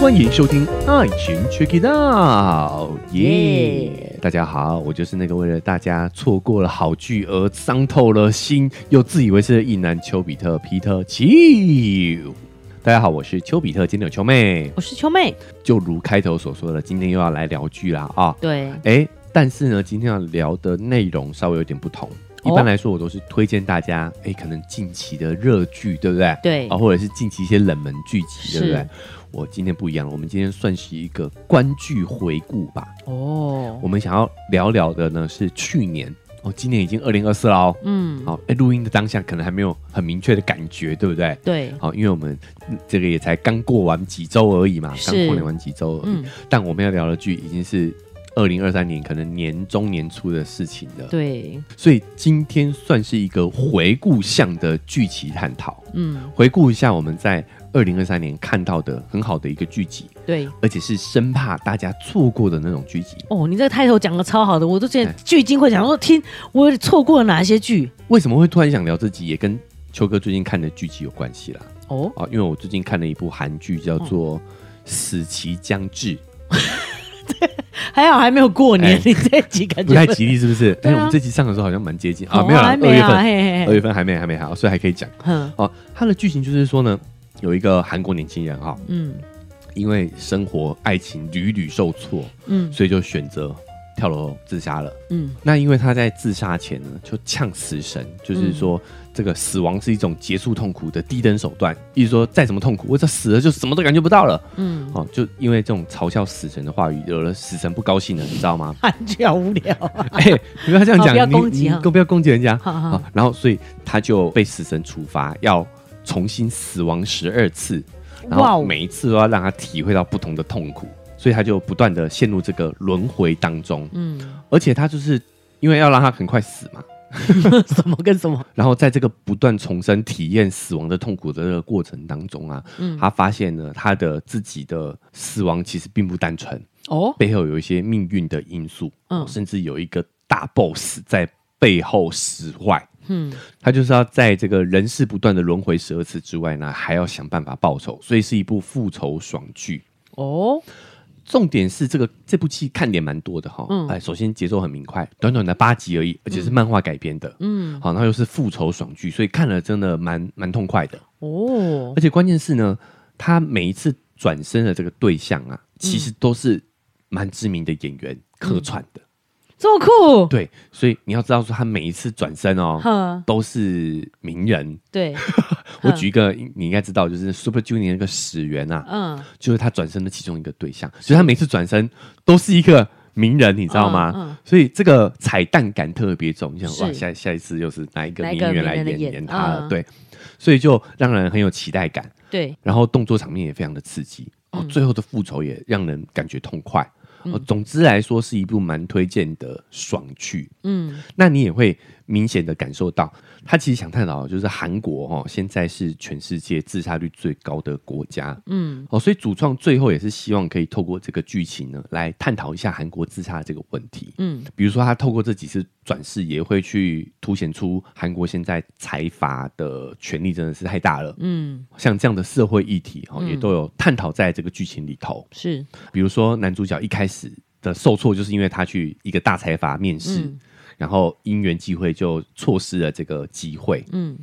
欢迎收听《爱情 Check It Out》，耶！耶大家好，我就是那个为了大家错过了好剧而伤透了心，又自以为是的意男丘比特皮特奇。大家好，我是丘比特，今天有丘妹。我是秋妹，就如开头所说的，今天又要来聊剧啦啊！对，哎，但是呢，今天要聊的内容稍微有点不同。一哦般来说，我都是推荐大家，哎，可能近期的热剧，对不对？对啊，或者是近期一些冷门剧集，对不对是？我今天不一样了，我们今天算是一个观剧回顾吧。哦我，们想要聊聊的呢是去年，哦，今年已经二零二四了哦。嗯，好，哎，录音的当下可能还没有很明确的感觉，对不对？对，好，因为我们嗯这个也才刚过完几周而已嘛，是刚过年完几周而已。嗯，但我们要聊的剧已经是二零二三年可能年中年初的事情了，对，所以今天算是一个回顾向的剧集探讨，嗯，回顾一下我们在二零二三年看到的很好的一个剧集，对。而且是生怕大家错过的那种剧集。哦，你这个开头讲的超好的，我都觉得对聚精会讲说，听我错过了哪些剧为什么会突然想聊这集，也跟秋哥最近看的剧集有关系啦。哦，啊，因为我最近看了一部韩剧，叫做《死期将至》。 还好还没有过年哎，你这一集感不觉太吉利，是不是？对但啊是我们这集上的时候好像蛮接近啊，哦没有啦，还二没月啊份，嘿嘿二嘿月份还没还没好，所以还可以讲。哼哦，它的剧情就是说呢，有一个韩国年轻人哈、嗯因为生活、爱情屡屡受挫，嗯所以就选择跳楼自杀了。嗯，那因为他在自杀前呢，就呛死神，就是说、嗯这个死亡是一种结束痛苦的低等手段，意思说再怎么痛苦，我这死了就什么都感觉不到了。嗯，哦，就因为这种嘲笑死神的话语，惹了死神不高兴了，你知道 吗？韩剧好无聊啊，哎、你不要这样好不要讲，攻你击啊哦你哈更不要攻击人家。好好啊，然后所以他就被死神处罚，要重新死亡十二次，然哇后哦每一次都要让他体会到不同的痛苦，所以他就不断的陷入这个轮回当中。嗯，而且他就是因为要让他很快死嘛， 什么跟什么，然后在这个不断重生体验死亡的痛苦的这个过程当中啊，嗯，他发现呢，他的自己的死亡其实并不单纯，哦，背后有一些命运的因素，嗯甚至有一个大 boss 在背后使坏。嗯，他就是要在这个人世不断的轮回十二次之外呢，还要想办法报仇，所以是一部复仇爽剧。哦，重点是这个这部戏看点蛮多的哈，嗯哎，首先节奏很明快，短短的八集而已，而且是漫画改编的，嗯，好，然后又是复仇爽剧，所以看了真的蛮蛮痛快的。哦而，且关键是呢，他每一次转身的这个对象啊，其实都是蛮知名的演嗯员客串的，这么酷，对，所以你要知道说他每一次转身哦，哼，都是名人，对，我举一个你应该知道，就是 Super Junior 那个始源啊，嗯，就是他转身的其中一个对象，所以他每次转身都是一个名人，你知道吗？嗯嗯所以这个彩蛋感特别重，你想是哇，下下一次又是哪一个哪一名个媛来名人的演演演他了？嗯对，所以就让人很有期待感，对，然后动作场面也非常的刺激，嗯哦，最后的复仇也让人感觉痛快。哦，总之来说是一部蛮推荐的爽剧，嗯，那你也会明显的感受到，他其实想探讨的就是韩国哦，现在是全世界自杀率最高的国家，嗯，哦，所以主创最后也是希望可以透过这个剧情呢，来探讨一下韩国自杀这个问题。嗯，比如说他透过这几次转世，也会去凸显出韩国现在财阀的权力真的是太大了。嗯，像这样的社会议题，哦，也都有探讨在这个剧情里头。是，比如说男主角一开始的受挫，就是因为他去一个大财阀面试，嗯然后因缘际会就错失了这个机会。嗯，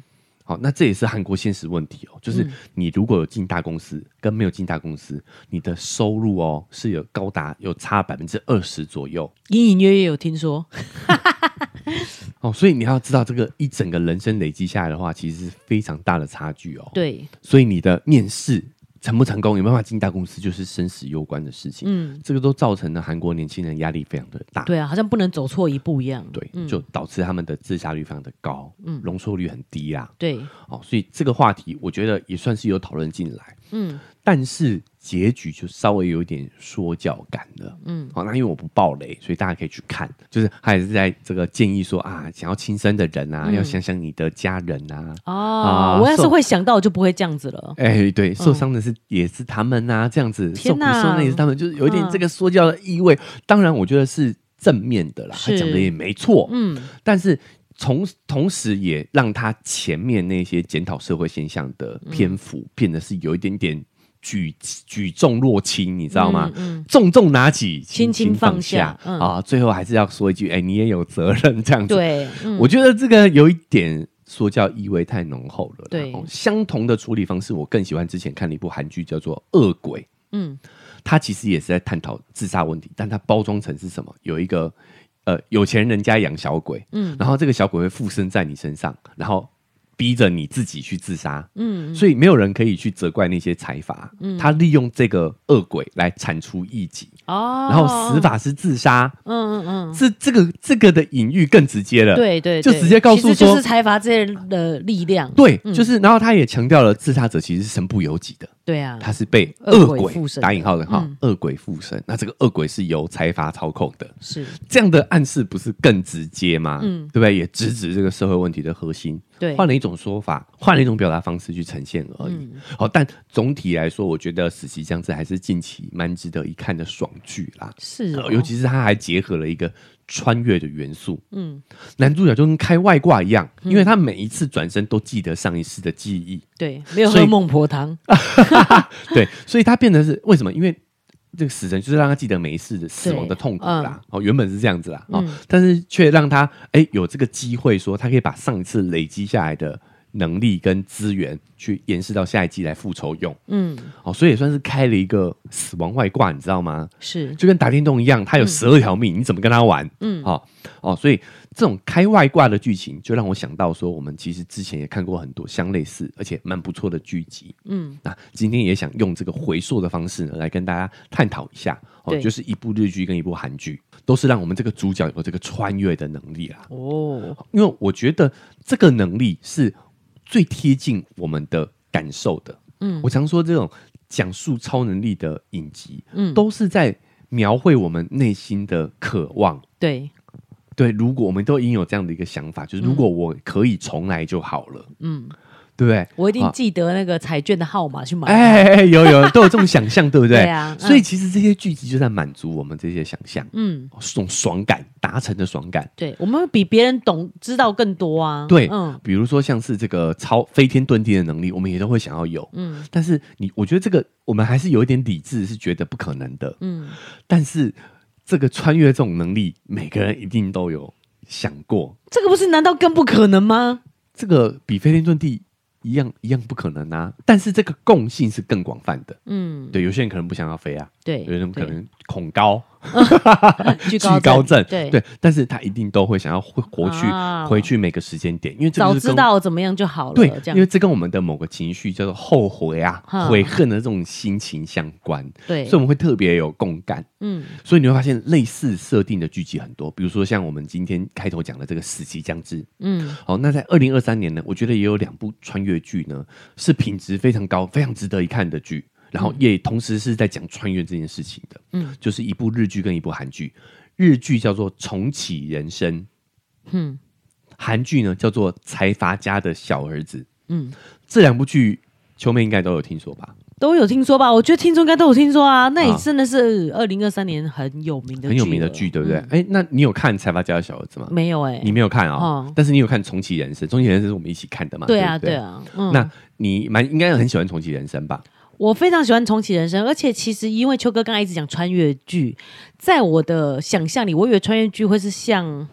好，那这也是韩国现实问题哦，就是你如果有进大公司跟没有进大公司，你的收入哦是有高达有差百分之二十左右隐隐约约有听说，哦，所以你要知道这个一整个人生累积下来的话，其实是非常大的差距哦。对，所以你的面试成不成功，有没有办法进大公司，就是生死攸关的事情。嗯，这个都造成了韩国年轻人压力非常的大，对啊，嗯好像不能走错一步一样，对，就导致他们的自杀率非常的高，嗯，容错率很低啦。对，哦，所以这个话题我觉得也算是有讨论进来，嗯但是结局就稍微有一点说教感了。嗯，好、那因为我不爆雷，所以大家可以去看。就是他也是在这个建议说啊，想要轻生的人嗯啊，要想想你的家人啊。啊哦，我要是受会想到，就不会这样子了。哎、对，受伤的是、也是他们啊，这样子受嗯天苦哪受难也是他们，就是有一点嗯这个说教的意味。当然，我觉得是正面的啦，他是讲的也没错。嗯，但是从同时也嗯让他前面那些检讨社会现象的篇幅变得是有一点点举举重若轻，你知道吗？嗯嗯重重拿起，轻轻轻放放下嗯啊！最后还是要说一句，哎，你也有责任这样子。对，嗯我觉得这个有一点说教意味太浓厚了啦。对哦相同的处理方式，我更喜欢之前看了一部韩剧叫做《恶鬼》，嗯它其实也是在探讨自杀问题，但它包装成是什么？有一个呃有钱人家养小鬼，嗯然后这个小鬼会附身在你身上，然后逼着你自己去自杀。嗯，所以没有人可以去责怪那些财阀，他利用这个恶鬼来铲除异己，哦，然后死，法是自杀，嗯嗯嗯。这这个这个的隐喻更直接了，对对，就对直接告诉其实就说是财阀这些人的力量。对，就是，然后他也强调了自杀者其实是身不由己的，对啊，他是被恶恶鬼鬼附身的打引号的哈嗯，恶鬼附身。那这个恶鬼是由财阀操控的，是这样的暗示不是更直接吗？嗯对不对？也直指这个社会问题的核心。对嗯换了一种说法，换了一种表达方式去呈现而已。好、但总体来说，我觉得《死期将至》还是近期蛮值得一看的爽剧啦。是哦，呃尤其是它还结合了一个穿越的元素，嗯，男主角就跟开外挂一样，因为他每一次转身都记得上一世的记忆，对，没有所以喝孟婆汤，对，所以他变得是为什么？因为这个死神就是让他记得每一次的死亡的痛苦啦，嗯哦，原本是这样子啦，哦，但是却让他哎、有这个机会说，他可以把上一次累积下来的能力跟资源去延伸到下一季来复仇用，嗯，哦，所以也算是开了一个死亡外挂，你知道吗？是就跟打电动一样，他有十二条命，你怎么跟他玩？嗯，好、哦，所以这种开外挂的剧情，就让我想到说，我们其实之前也看过很多相类似而且蛮不错的剧集。嗯，那今天也想用这个回溯的方式呢，来跟大家探讨一下。哦，对就是一部日剧跟一部韩剧，都是让我们这个主角有这个穿越的能力啦。哦，因为我觉得这个能力是最贴近我们的感受的。嗯，我常说这种讲述超能力的影集，嗯，都是在描绘我们内心的渴望。对，对，如果我们都已经有这样的一个想法，就是如果我可以重来就好了，嗯，对不对？我一定啊记得那个彩券的号码去买。哎哎，哎有有都有这种想象，对不对？对啊嗯所以其实这些剧集就在满足我们这些想象，嗯，这种爽感达成的爽感。对，我们会比别人懂知道更多啊。对，嗯，比如说像是这个超飞天遁地的能力，我们也都会想要有，嗯，但是你，我觉得这个我们还是有一点理智，是觉得不可能的，嗯，但是这个穿越这种能力，每个人一定都有想过，这个不是难道更不可能吗？这个比飞天遁地一样一样不可能啊，但是这个共性是更广泛的，嗯，对，有些人可能不想要飞啊，对，有些人可对能恐高、 惧惧高症，对，对，但是他一定都会想要回活去、啊回去每个时间点，因为这早个是知跟道怎么样就好了。对这，样因为这跟我们的某个情绪叫做后悔啊、嗯悔恨的这种心情相关，对所以我，们会特别有共感。嗯，所以你会发现，类似设定的剧集很多，比如说像我们今天开头讲的这个《死期将至》。嗯，好，那在二零二三年呢，我觉得也有两部穿越剧呢，是品质非常高、非常值得一看的剧，然嗯后也同时是在讲穿越这件事情的。嗯，就是一部日剧跟一部韩剧，日剧叫做《重启人生》，嗯，韩剧呢叫做《财阀家的小儿子》。嗯，这两部剧，秋妹应该都有听说吧？都有听说吧？我觉得听众应该都有听说啊。那啊也真的是二零二三年很有名的很有名的了剧，对不对？哎、那你有看《财阀家的小儿子》吗？没有哎，你没有看啊、哦但是你有看《重启人生》，《重启人生》是我们一起看的嘛？对啊，不对对。啊，嗯，那你蛮应该很喜欢《重启人生》吧？我非常喜欢重启人生，而且其实因为秋哥刚才一直讲穿越剧，在我的想象里，我以为穿越剧会是像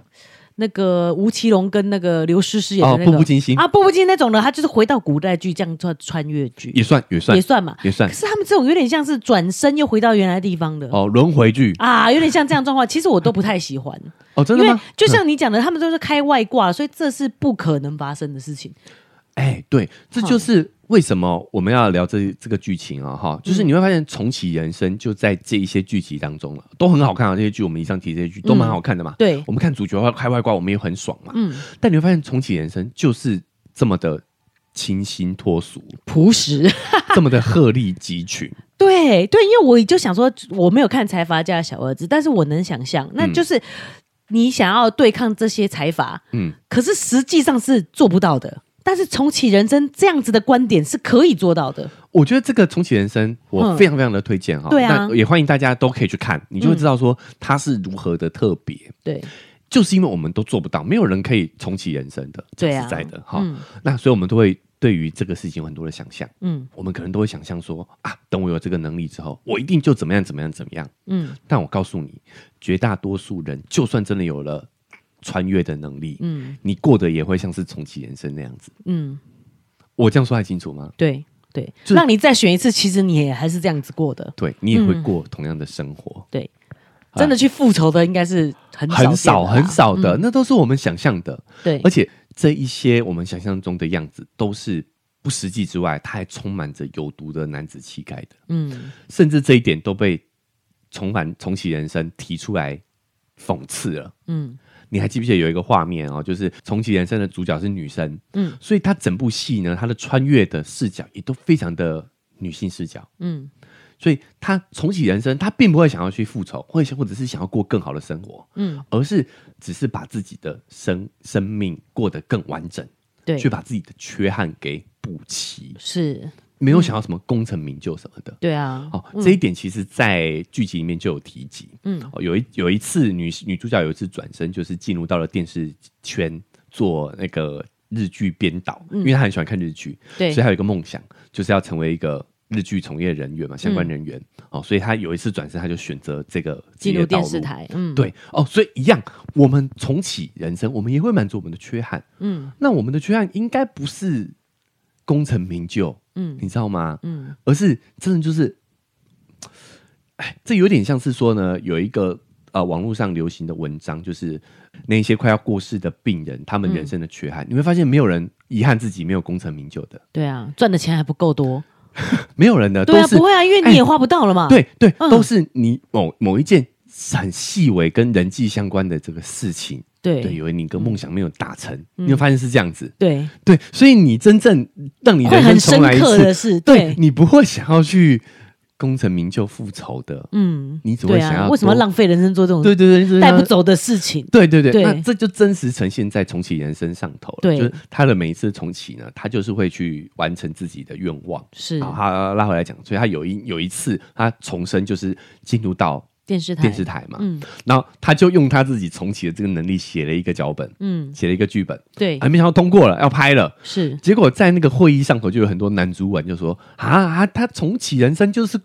那个吴奇隆跟那个刘诗诗演的哦，那步个、步惊心、啊，步步惊那种的，他就是回到古代剧这样做穿越剧，也算也算也算嘛。也算可是他们这种有点像是转身又回到原来地方的。哦，轮回剧啊，有点像这样状况，其实我都不太喜欢，哦，真因的为吗？就像你讲的，他们都是开外挂，所以这是不可能发生的事情。哎，对，这就是为什么我们要聊这这个剧情啊，嗯哈，就是你会发现重启人生就在这一些剧集当中了，都很好看啊，这些剧我们以上提这些剧都蛮好看的嘛，嗯对，我们看主角外开外挂，我们也很爽嘛，嗯，但你会发现重启人生就是这么的清新脱 俗，朴实。这么的鹤立鸡群，对对，因为我就想说，我没有看财阀家的小儿子，但是我能想象，那就是你想要对抗这些财阀，嗯嗯，可是实际上是做不到的。但是重启人生这样子的观点是可以做到的，我觉得这个重启人生，我嗯非常非常的推荐哈。对啊那也欢迎大家都可以去看，你就会知道说它是如何的特别。对就是因为我们都做不到，没有人可以重启人生的，对啊实在的哈。嗯那所以我们都会对于这个事情有很多的想象，嗯我们可能都会想象说啊，等我有这个能力之后，我一定就怎么样怎么样怎么样。嗯但我告诉你，绝大多数人就算真的有了穿越的能力，嗯你过得也会像是重启人生那样子。嗯，我这样说还清楚吗？对对，就是让你再选一次，其实你也还是这样子过的。对你也嗯会过同样的生活，对，真的去复仇的应该是很少很少见的很少啦啊嗯的，那都是我们想象的。对而，且这一些我们想象中的样子，都是不实际之外，它还充满着有毒的男子气概的，嗯甚至这一点都被重返重启人生提出来讽刺了。嗯你还记不记得有一个画面哦，就是重启人生的主角是女生，嗯所以她整部戏呢，她的穿越的视角也都非常的女性视角，嗯所以她重启人生，她并不会想要去复仇，或者或者是想要过更好的生活，嗯，而是只是把自己的生生命过得更完整。对，去把自己的缺憾给补齐，是，没有想要什么功成名就什么的。对啊，哦，这一点其实，在剧集里面就有提及。嗯哦，有一有一次女女主角有一次转身，就是进入到了电视圈做那个日剧编导，因为她很喜欢看日剧，嗯对所以她有一个梦想，就是要成为一个日剧从业人员嘛，嗯相关人员。哦，所以她有一次转身，她就选择这个进职业道入电路视。台，嗯，对哦，所以一样，我们重启人生，我们也会满足我们的缺憾。嗯那我们的缺憾应该不是功成名就，嗯你知道吗？嗯而是真的就是，哎，这有点像是说呢，有一个呃网络上流行的文章，就是那一些快要过世的病人，他嗯们人生的缺憾，你会发现没有人遗憾自己没有功成名就的，对啊，赚的钱还不够多，没有人的对都啊，是不会啊，因为哎你也花不到了嘛，，对对，嗯都是你某某一件很细微跟人际相关的这个事情，对，对嗯有你一个梦想没有达成，你会发现是这样子。对，对，所以你真正让你会人生很深重来一刻次，的是，对，你不会想要去功成名就复仇的，嗯，你只会对想要啊，多为什么浪费人生做这种对对对，带不。走的事情？对对对，对那这就真实呈现在重启人生上头了。对就是他的每一次重启呢，他就是会去完成自己的愿望。是好，他拉回来讲，所以他有一有一次他重生，就是进入到电视台，电视台嘛，嗯然后他就用他自己重启的这个能力写了一个脚本，嗯，写了一个剧本，对还，没想到通过了，要拍了。是，结果在那个会议上头，就有很多男主管就说：“啊啊，他重启人生就是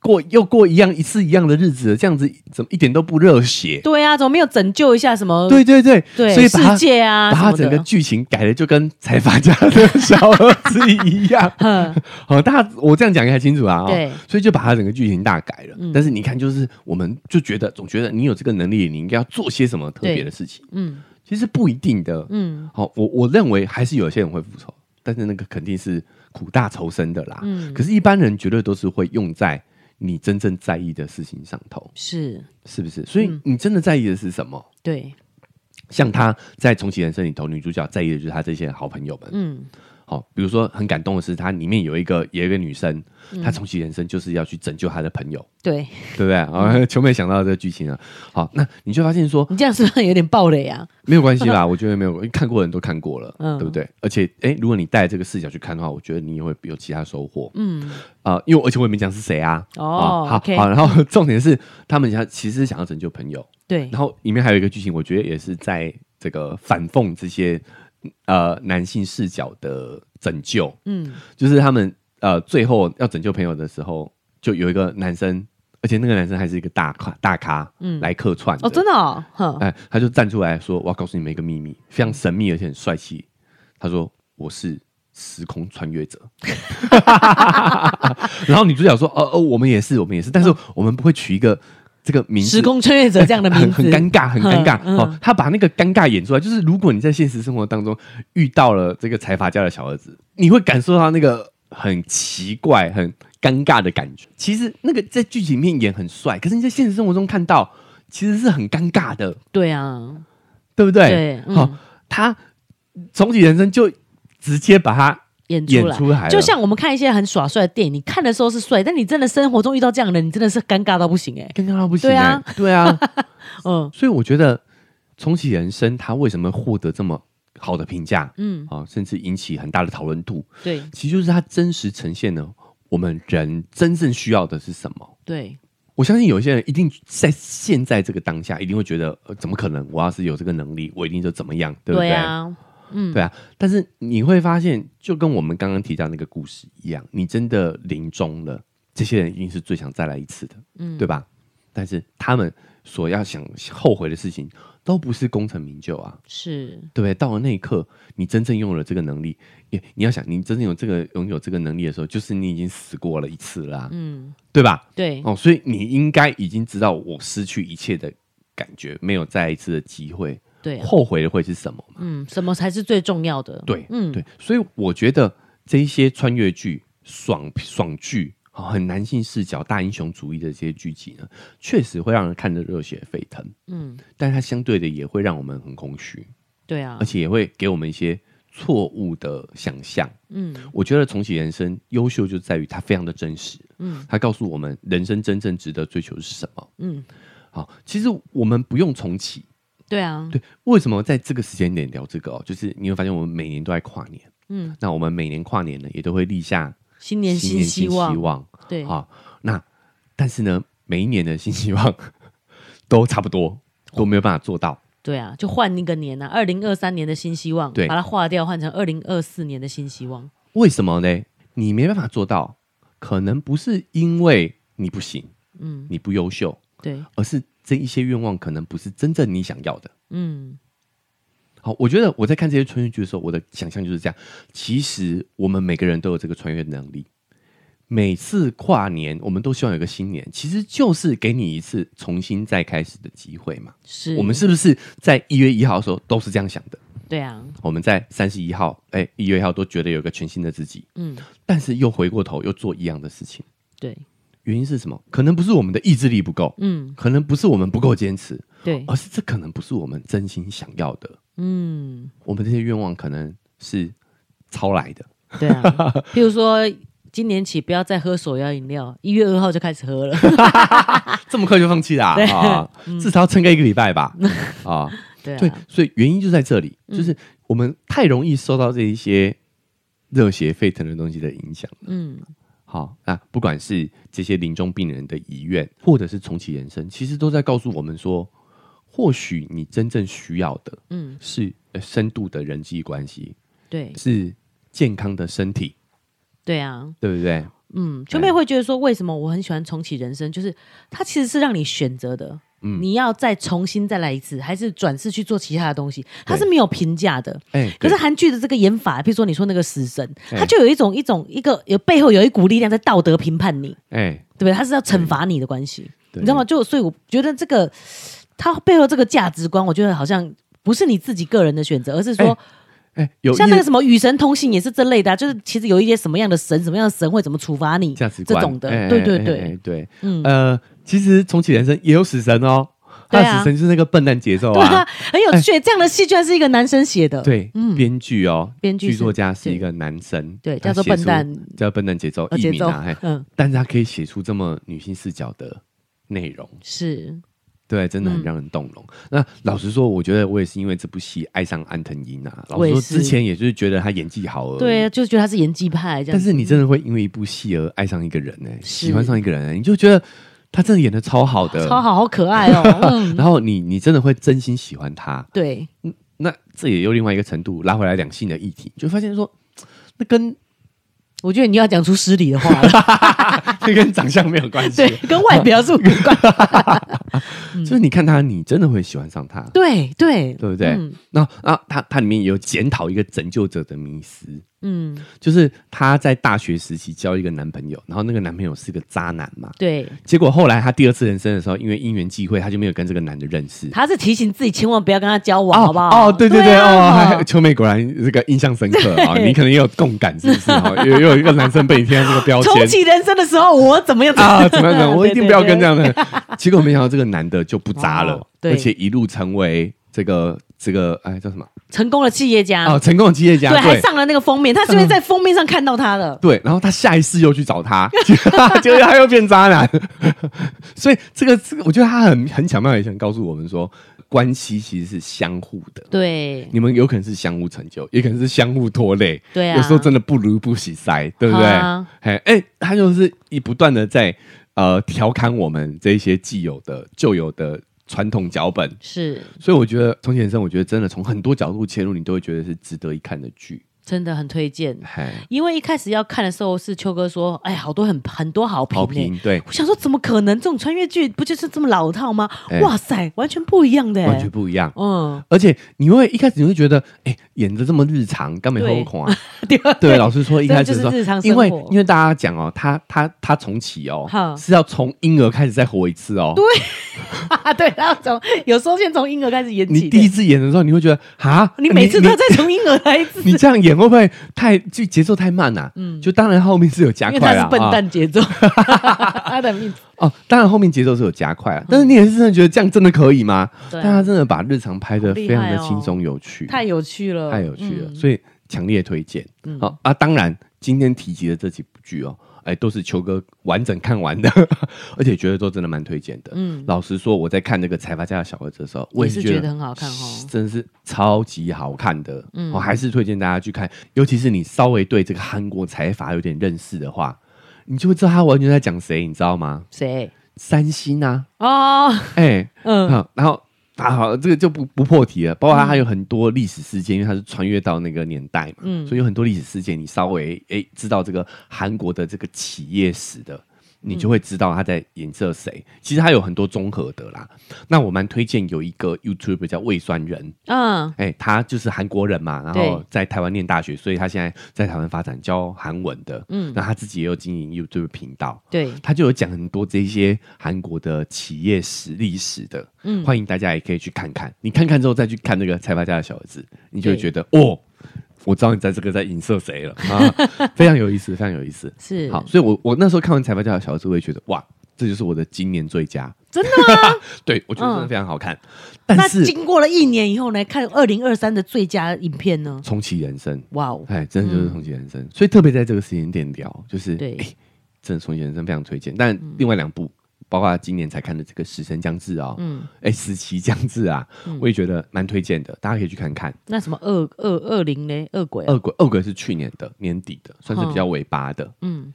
过又过一样一次一样的日子，这样子怎么一点都不热血对啊，怎么没有拯救一下什？”么？对对对，对，所以把世他界啊，把他什整么个的，剧情改的就跟财阀家的小儿子一 样。哼好，大家我这样讲也还清楚啊、哦。嗯对，嗯所以就把他整个剧情大改了。但是你看，就是我们就觉得总觉得你有这个能力，你应该要做些什么特别的事情，嗯其实不一定的。嗯好、我我认为还是有些人会复仇，但是那个肯定是苦大仇深的啦。嗯，可是，一般人绝对都是会用在你真正在意的事情上头，是，是不是？所以，你真的在意的是什么？对，像她在《重启人生》里头，女主角在意的就是她这些好朋友们。嗯好、比如说很感动的是，她里面有一个有一个女生，嗯她重启人生就是要去拯救她的朋友，对，对不对？ 啊，球妹想到这个剧情啊，好，那你就发现说你这样是不是有点暴雷啊？没有关系 啦，我觉得没有，因为看过的人都看过了，嗯对不对？而且，哎、如果你带这个视角去看的话，我觉得你也会有其他收获。嗯啊、因为我而且我也没讲是谁啊。哦啊好 OK 好，然后 重点是他们想其实是想要拯救朋友，对，然后里面还有一个剧情，我觉得也是在这个反讽这些呃男性视角的拯救，嗯就是他们呃最后要拯救朋友的时候，就有一个男生，而且那个男生还是一个大咖大咖，嗯来客串哦，真的哦，哼，哎，他就站出来说：“我要告诉你们一个秘密，非常神秘而且很帅气。”他说：“我是时空穿越者。” 然后女主角说：“哦哦，我们也是，我们也是，但是我们不会取一个这个名字，嗯时空穿越者这样的名很字很，尴尬，很尴尬。嗯嗯哦，他把那个尴尬演出来，就是如果你在现实生活当中遇到了这个财阀家的小儿子，你会感受到那个很奇怪、很尴尬的感觉。其实那个在剧情里面演很帅，可是你在现实生活中看到，其实是很尴尬的，对啊，对不对？对，嗯好、他重启人生就直接把他演演出来。出来了，就像我们看一些很耍帅的电影，你看的时候是帅，但你真的生活中遇到这样的人，你真的是尴尬到不行哎、尴尬到不行、对欸，啊，对啊， 嗯所以我觉得重启人生他为什么获得这么好的评价？嗯，啊，甚至引起很大的讨论度，对其实就是它真实呈现了我们人真正需要的是什么。对，我相信有些人一定在现在这个当下，一定会觉得，呃，怎么可能？我要是有这个能力，我一定就怎么样，对不对？啊，嗯，对啊。但是你会发现，就跟我们刚刚提到那个故事一样，你真的临终了，这些人一定是最想再来一次的，嗯，对吧？但是他们所要想后悔的事情，都不是功成名就啊，是对不对？到了那一刻，你真正用了这个能力，也你要想，你真正有这个拥有这个能力的时候，就是你已经死过了一次啦、嗯，对吧？对，哦，所以你应该已经知道我失去一切的感觉，没有再一次的机会，对啊后悔的会是什么嘛？嗯，什么才是最重要的？哦对，嗯，对，所以我觉得这一些穿越剧、爽爽剧、哦很男性视角、大英雄主义的这些剧集呢，确实会让人看得热血沸腾，嗯，但它相对的也会让我们很空虚，对啊而，且也会给我们一些错误的想象。嗯，我觉得重启人生优秀就在于它非常的真实。嗯，它告诉我们人生真正值得追求是什么。嗯，好，其实我们不用重启。对啊，对，为什么在这个时间点聊这个哦？就是你会发现我们每年都在跨年。嗯，那我们每年跨年呢，也都会立下新年新新年希新希望，望。对，好，那但是呢，每一年的新希望 都差不多，都没有办法做到。对啊，就换一个年呐、啊，二零二三年的新希望，对把它划掉，换成二零二四年的新希望。为什么呢？你没办法做到，可能不是因为你不行，嗯，你不优秀，对，而是这一些愿望可能不是真正你想要的。嗯，好，我觉得我在看这些穿越剧的时候，我的想象就是这样。其实我们每个人都有这个穿越能力。每次跨年，我们都希望有个新年，其实就是给你一次重新再开始的机会嘛。是，我们是不是在一月一号的时候都是这样想的？对啊，我们在三十一号、哎一月一号都觉得有个全新的自己，嗯，但是又回过头又做一样的事情，对，原因是什么？可能不是我们的意志力不够，嗯，可能不是我们不够坚持，对，而是这可能不是我们真心想要的。嗯，我们这些愿望可能是抄来的，对啊。譬如说，今年起不要再喝手摇饮料，一月二号就开始喝了。 这么快就放弃啦、啊？至少要撑个一个礼拜 吧。啊，嗯对啊，对，所以原因就在这里，就是我们太容易受到这一些热血沸腾的东西的影响。嗯，好，那不管是这些临终病人的遗愿，或者是重启人生，其实都在告诉我们说，或许你真正需要的，嗯嗯，是呃深度的人际关系，对，是健康的身体，对啊。对不对？嗯，秋妹会觉得说，为什么我很喜欢重启人生？就是它其实是让你选择的，嗯你要再重新再来一次，还是转世去做其他的东西，它是没有评价的。哎、可对是韩剧的这个演法，比如说你说那个死神，哎它就有一种一种一个有背后有一股力量在道德评判你，哎、对不对？它是要惩罚你的关系，对你知道吗？就所以我觉得这个它背后这个价值观，我觉得好像不是你自己个人的选择，而是说、哎、有像那个一些什么与神同行也是这类的、啊，就是其实有一些什么样的神，什么样的神会怎么处罚你，价值这观种的，哎对对哎对，哎对，嗯呃，其实重启人生也有死神哦，对他的啊死神就是那个笨蛋节奏对啊啊，，很有趣。这样的戏居然是一个男生写的，对，编剧哦，编剧是作家是一个男生，对他叫做写出笨蛋，叫笨蛋节奏，呃艺节名奏啊，嘿，嗯，但是他可以写出这么女性视角的内容，是，对，真嗯的很让人动容。那老实说，我觉得我也是因为这部戏爱上安藤英啊。老我实也说，是之前也就是觉得她演技好而已。对啊，就觉得他是演技派这呃样但子，是你真的会因为一部戏而爱上一个人呢、是喜欢上一个人、欸，你就觉得他真的演的超好的，超好，好可爱 哦，嗯，然后你你真的会真心喜欢他，对，那这也有另外一个程度拉回来两性的议题，就发现说，那跟我觉得你要讲出失礼的话 了，这跟长相没有关系啊对，，跟外表是无关。 就是你看他，你真的会喜欢上他，对对对不对？嗯那啊，他他里面也有检讨一个拯救者的迷失，嗯，就是她在大学时期交一个男朋友，然后那个男朋友是个渣男嘛。对，结果后来她第二次人生的时候，因为因缘际会，她就没有跟这个男的认识。他是提醒自己千万不要跟他交往，好不好？哦，对对对，哦，还啊秋妹果然这个印象深刻啊、对你可能也有共感，是不是？哈，又又有一个男生被你贴上这个标 重签启人生的时候，我怎么样？啊，怎么样？怎么样？我一定不要跟这样。样的。 结果没想到这个男的就不渣了哦，对而且一路成为这个这个哎叫什么对对成功的企业家，哦，成功的企业家，啊对，还上了那个封面，他是嗯不是在封面上看到他了？对，然后他下一次又去找他， 结果他又变渣男， 所以这个这个，我觉得他很很巧妙，也想告诉我们说，关系其实是相互的，对，你们有可能是相互成就，也可能是相互拖累，对啊有时候真的不如不喜塞，对不对？啊哎哎，他就是一不断的在呃调侃我们这一些既有的旧有的传统脚本，是所以我觉得《重启人生》，我觉得真的从很多角度切入，你都会觉得是值得一看的剧。真的很推荐。 嘿，因为一开始要看的时候是秋哥说，哎，好多很很多好评、欸，好评对，我想说，怎么可能？这种穿越剧不就是这么老套吗？哎哇塞，完全不一样的、欸，完全不一样。嗯， 而且你会一开始你会觉得，哎、演的这么日常，干没喝垮、啊？对 对，老师说一开始这就说，是日常生因活为因为大家讲哦，他他他重启哦哈，是要从婴儿开始再活一次哦。对，然后从有时候先从婴儿开始演起的，你第一次演的时候，你会觉得啊，你每次都要在再从婴儿来一次，你这样演会不会太就节奏太慢啊？嗯，就当然后面是有加因为他快是啊，笨啊蛋 节奏，他的命哦，当然后面节奏是有加快啊，但是你也是真的觉得这样真的可以吗？嗯对啊但他真的把日常拍的非常的好厉害哦轻松有趣，太有趣了，太有趣了，嗯所以强烈推荐。好、啊，当然今天提及的这几部剧哦，哎，都是球哥完整看完的， 而且觉得都真的蛮推荐的。嗯，老实说，我在看这个《财阀家的小儿子》的时候，我也是是觉觉得得很好看哦。嗯真的是超级好看的，我、还是推荐大家去看，尤其是你稍微对这个韩国财阀有点认识的话，你就会知道他完全在讲谁，你知道吗？谁？三星 啊，哦，哎、嗯，好，然后啊，好，这个就不不破题了。包括它还有很多历史事件，因为它是穿越到那个年代嘛，嗯所以有很多历史事件，你稍微诶知道这个韩国的这个企业史的。嗯你就会知道他在影射谁。其实他有很多综合的啦。那我蛮推荐有一个 YouTube 叫胃酸人，嗯，哎、他就是韩国人嘛，然后对在台湾念大学，所以他现在在台湾发展教韩文的。嗯，那他自己也有经营 YouTube 频道。对，他就有讲很多这些韩国的企业史、历史的，嗯，欢迎大家也可以去看看。你看看之后再去看那个财阀家的小儿子，你就会对觉得哦，我知道你在这个在影射 谁了啊，非常有意思，非常有意思。是好，所以我我那时候看完财阀家的小儿子，我也觉得哇，这就是我的今年最佳，真的吗？对我觉得真的嗯非常好看。那但是经过了一年以后呢，看二零二三的最佳影片呢？重启人生，哇哦，哎，真的就是重启人生，所以特别在这个时间点聊，就是对嗯哎真的重启人生非常推荐。但另外两部，包括今年才看的这个《死神将至》啊，嗯，哎，《死期将至》啊，嗯我也觉得蛮推荐的，大家可以去看看。那什么恶恶恶灵呢？恶鬼啊恶鬼，恶鬼是去年的年底的，算是比较尾巴的，嗯，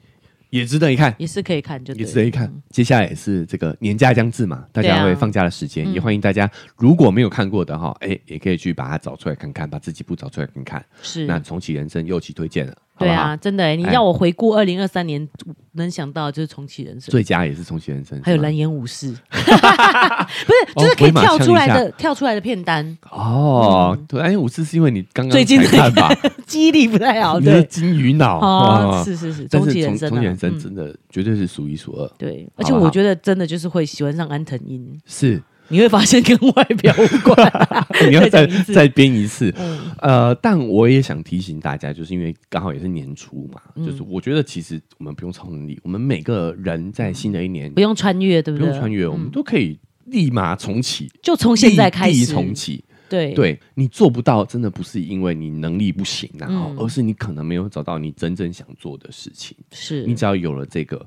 也值得一看。也是可以看，就对也了值得一看。接下来也是这个年假将至嘛，大对家啊会放假的时间，也欢迎大家如果没有看过的哈，哎，也可以去把它找出来看看，把这几部找出来看看。是那重启人生又期推荐了，好对不好？啊，真的欸，你哎让我回顾二零二三年，能想到就是重启人生，最佳也是重启人生，还有是吗蓝颜武士， 不是，就是可哦以回马跳枪出一来下的跳出来的片单，哦，对，哎，五次是因为你刚刚嗯最近才看吧， 记忆力不太好，你的对，金鱼脑哦，哇是是是，但重启是人重生重启啊人，生嗯真的绝对是数一数二，对，好而且不好我觉得真的就是会喜欢上安藤樱，是，你会发现跟外表无关 你要再 再讲一次再编一次。嗯呃，但我也想提醒大家，就是因为刚好也是年初嘛，就是嗯我觉得其实我们不用超能力，我们每个人在新的一年不用穿越，对不对？嗯用穿越，我们都可以立马重启，就从现在立开地始，重启。对对你做不到，真的不是因为你能力不行然、后、嗯而是你可能没有找到你真正想做的事情。是你只要有了这个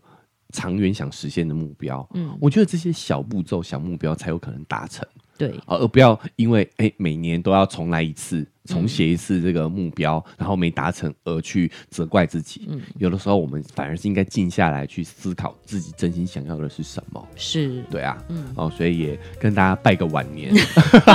长远想实现的目标，嗯，我觉得这些小步骤、小目标才有可能达成，对而而不要因为哎、每年都要重来一次。嗯重写一次这个目标，然后没达成而去责怪自己。嗯有的时候我们反而是应该静下来去思考自己真心想要的是什么。是，嗯对啊，哦，所以也跟大家拜个晚 年，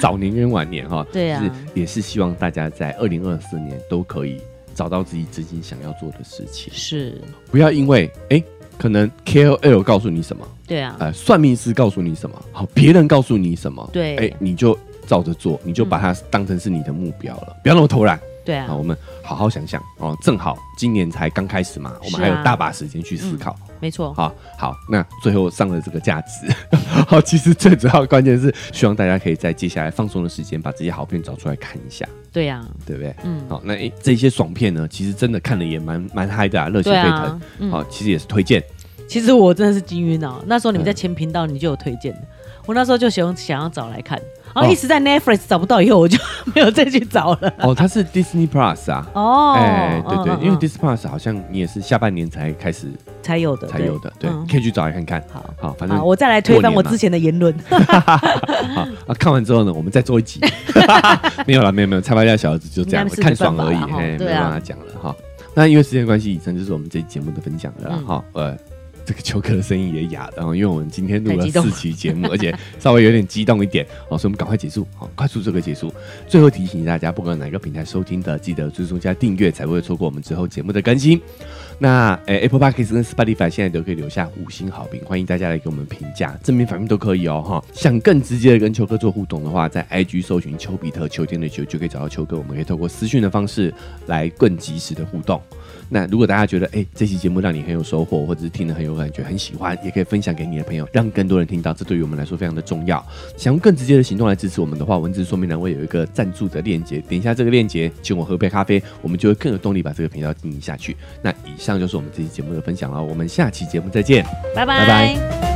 早年跟晚年哈、对啊就是也是希望大家在二零二四年都可以找到自己真心想要做的事情，是，不要因为哎。诶可能 KOL 告诉你什么，对啊，呃，算命师告诉你什么，好，别人告诉你什么，对哎、你就照着做，你就把它当成是你的目标嗯了，不要那么偷懒。对好，啊我，们好好想想哦，正好今年才刚开始嘛，我是们还有啊大把时间去思嗯考。没错，好好，那最后上了这个价值， 好，其实最主要关键是希望大家可以在接下来放松的时间，把这些好片找出来看一下，对啊，对不对？嗯，好，那诶这些爽片呢，其实真的看了也蛮蛮嗨的啊，热血沸对腾。啊嗯好，其实也是推荐，其实我真的是金鱼脑，那时候你们嗯在前频道你就有推荐的，我那时候就想想要找来看，然后哦一直在 Netflix 找不到，以后我就 没有再去找了。 哦，它是 Disney Plus 啊。哦，哎，对对，嗯因为嗯 Disney Plus 好像你也是下半年才开始才有的，才对有的，对，嗯可以去找来看看。好好，反正好，我再来推翻过我年嘛之前的言论。好啊，看完之后呢，我们再做一 集。没有了，没有没有，拆拍一下小儿子就这样了，应该看是没爽办法而已，啦哈嘿，没对啊办法讲了哈。那因为时间关系，以上就是我们这期节目的分享了啦嗯哈。呃，这个秋哥的声音也哑了，然后因为我们今天录太了激动四期节目，而且稍微有点激动一点，哦好，所以我们赶快结束，好，快速这个结束。最后提醒大家，不管哪个平台收听的，记得追踪加订阅，才不会错过我们之后节目的更新。那诶、a p p l e Podcast 跟 Spotify 现在都可以留下五星好评，欢迎大家来给我们评价，正面反面都可以哦哈。想更直接的跟秋哥做互动的话，在 IG 搜寻丘比特秋天的秋就可以找到秋哥，我们可以透过私讯的方式来更及时的互动。那如果大家觉得诶、这期节目让你很有收获，或者是听得很有感觉、很喜欢，也可以分享给你的朋友，让更多人听到，这对于我们来说非常的重要。想用更直接的行动来支持我们的话，文字说明栏会有一个赞助的链接，点一下这个链接，请我喝杯咖啡，我们就会更有动力把这个频道经营下去。那以上就是我们这期节目的分享了，我们下期节目再见。拜拜拜